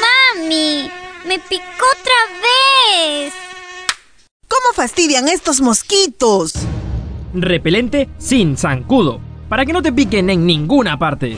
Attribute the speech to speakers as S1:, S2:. S1: mami! ¡Me picó otra vez!
S2: ¿Cómo fastidian estos mosquitos?
S3: Repelente sin zancudo, para que no te piquen en ninguna parte.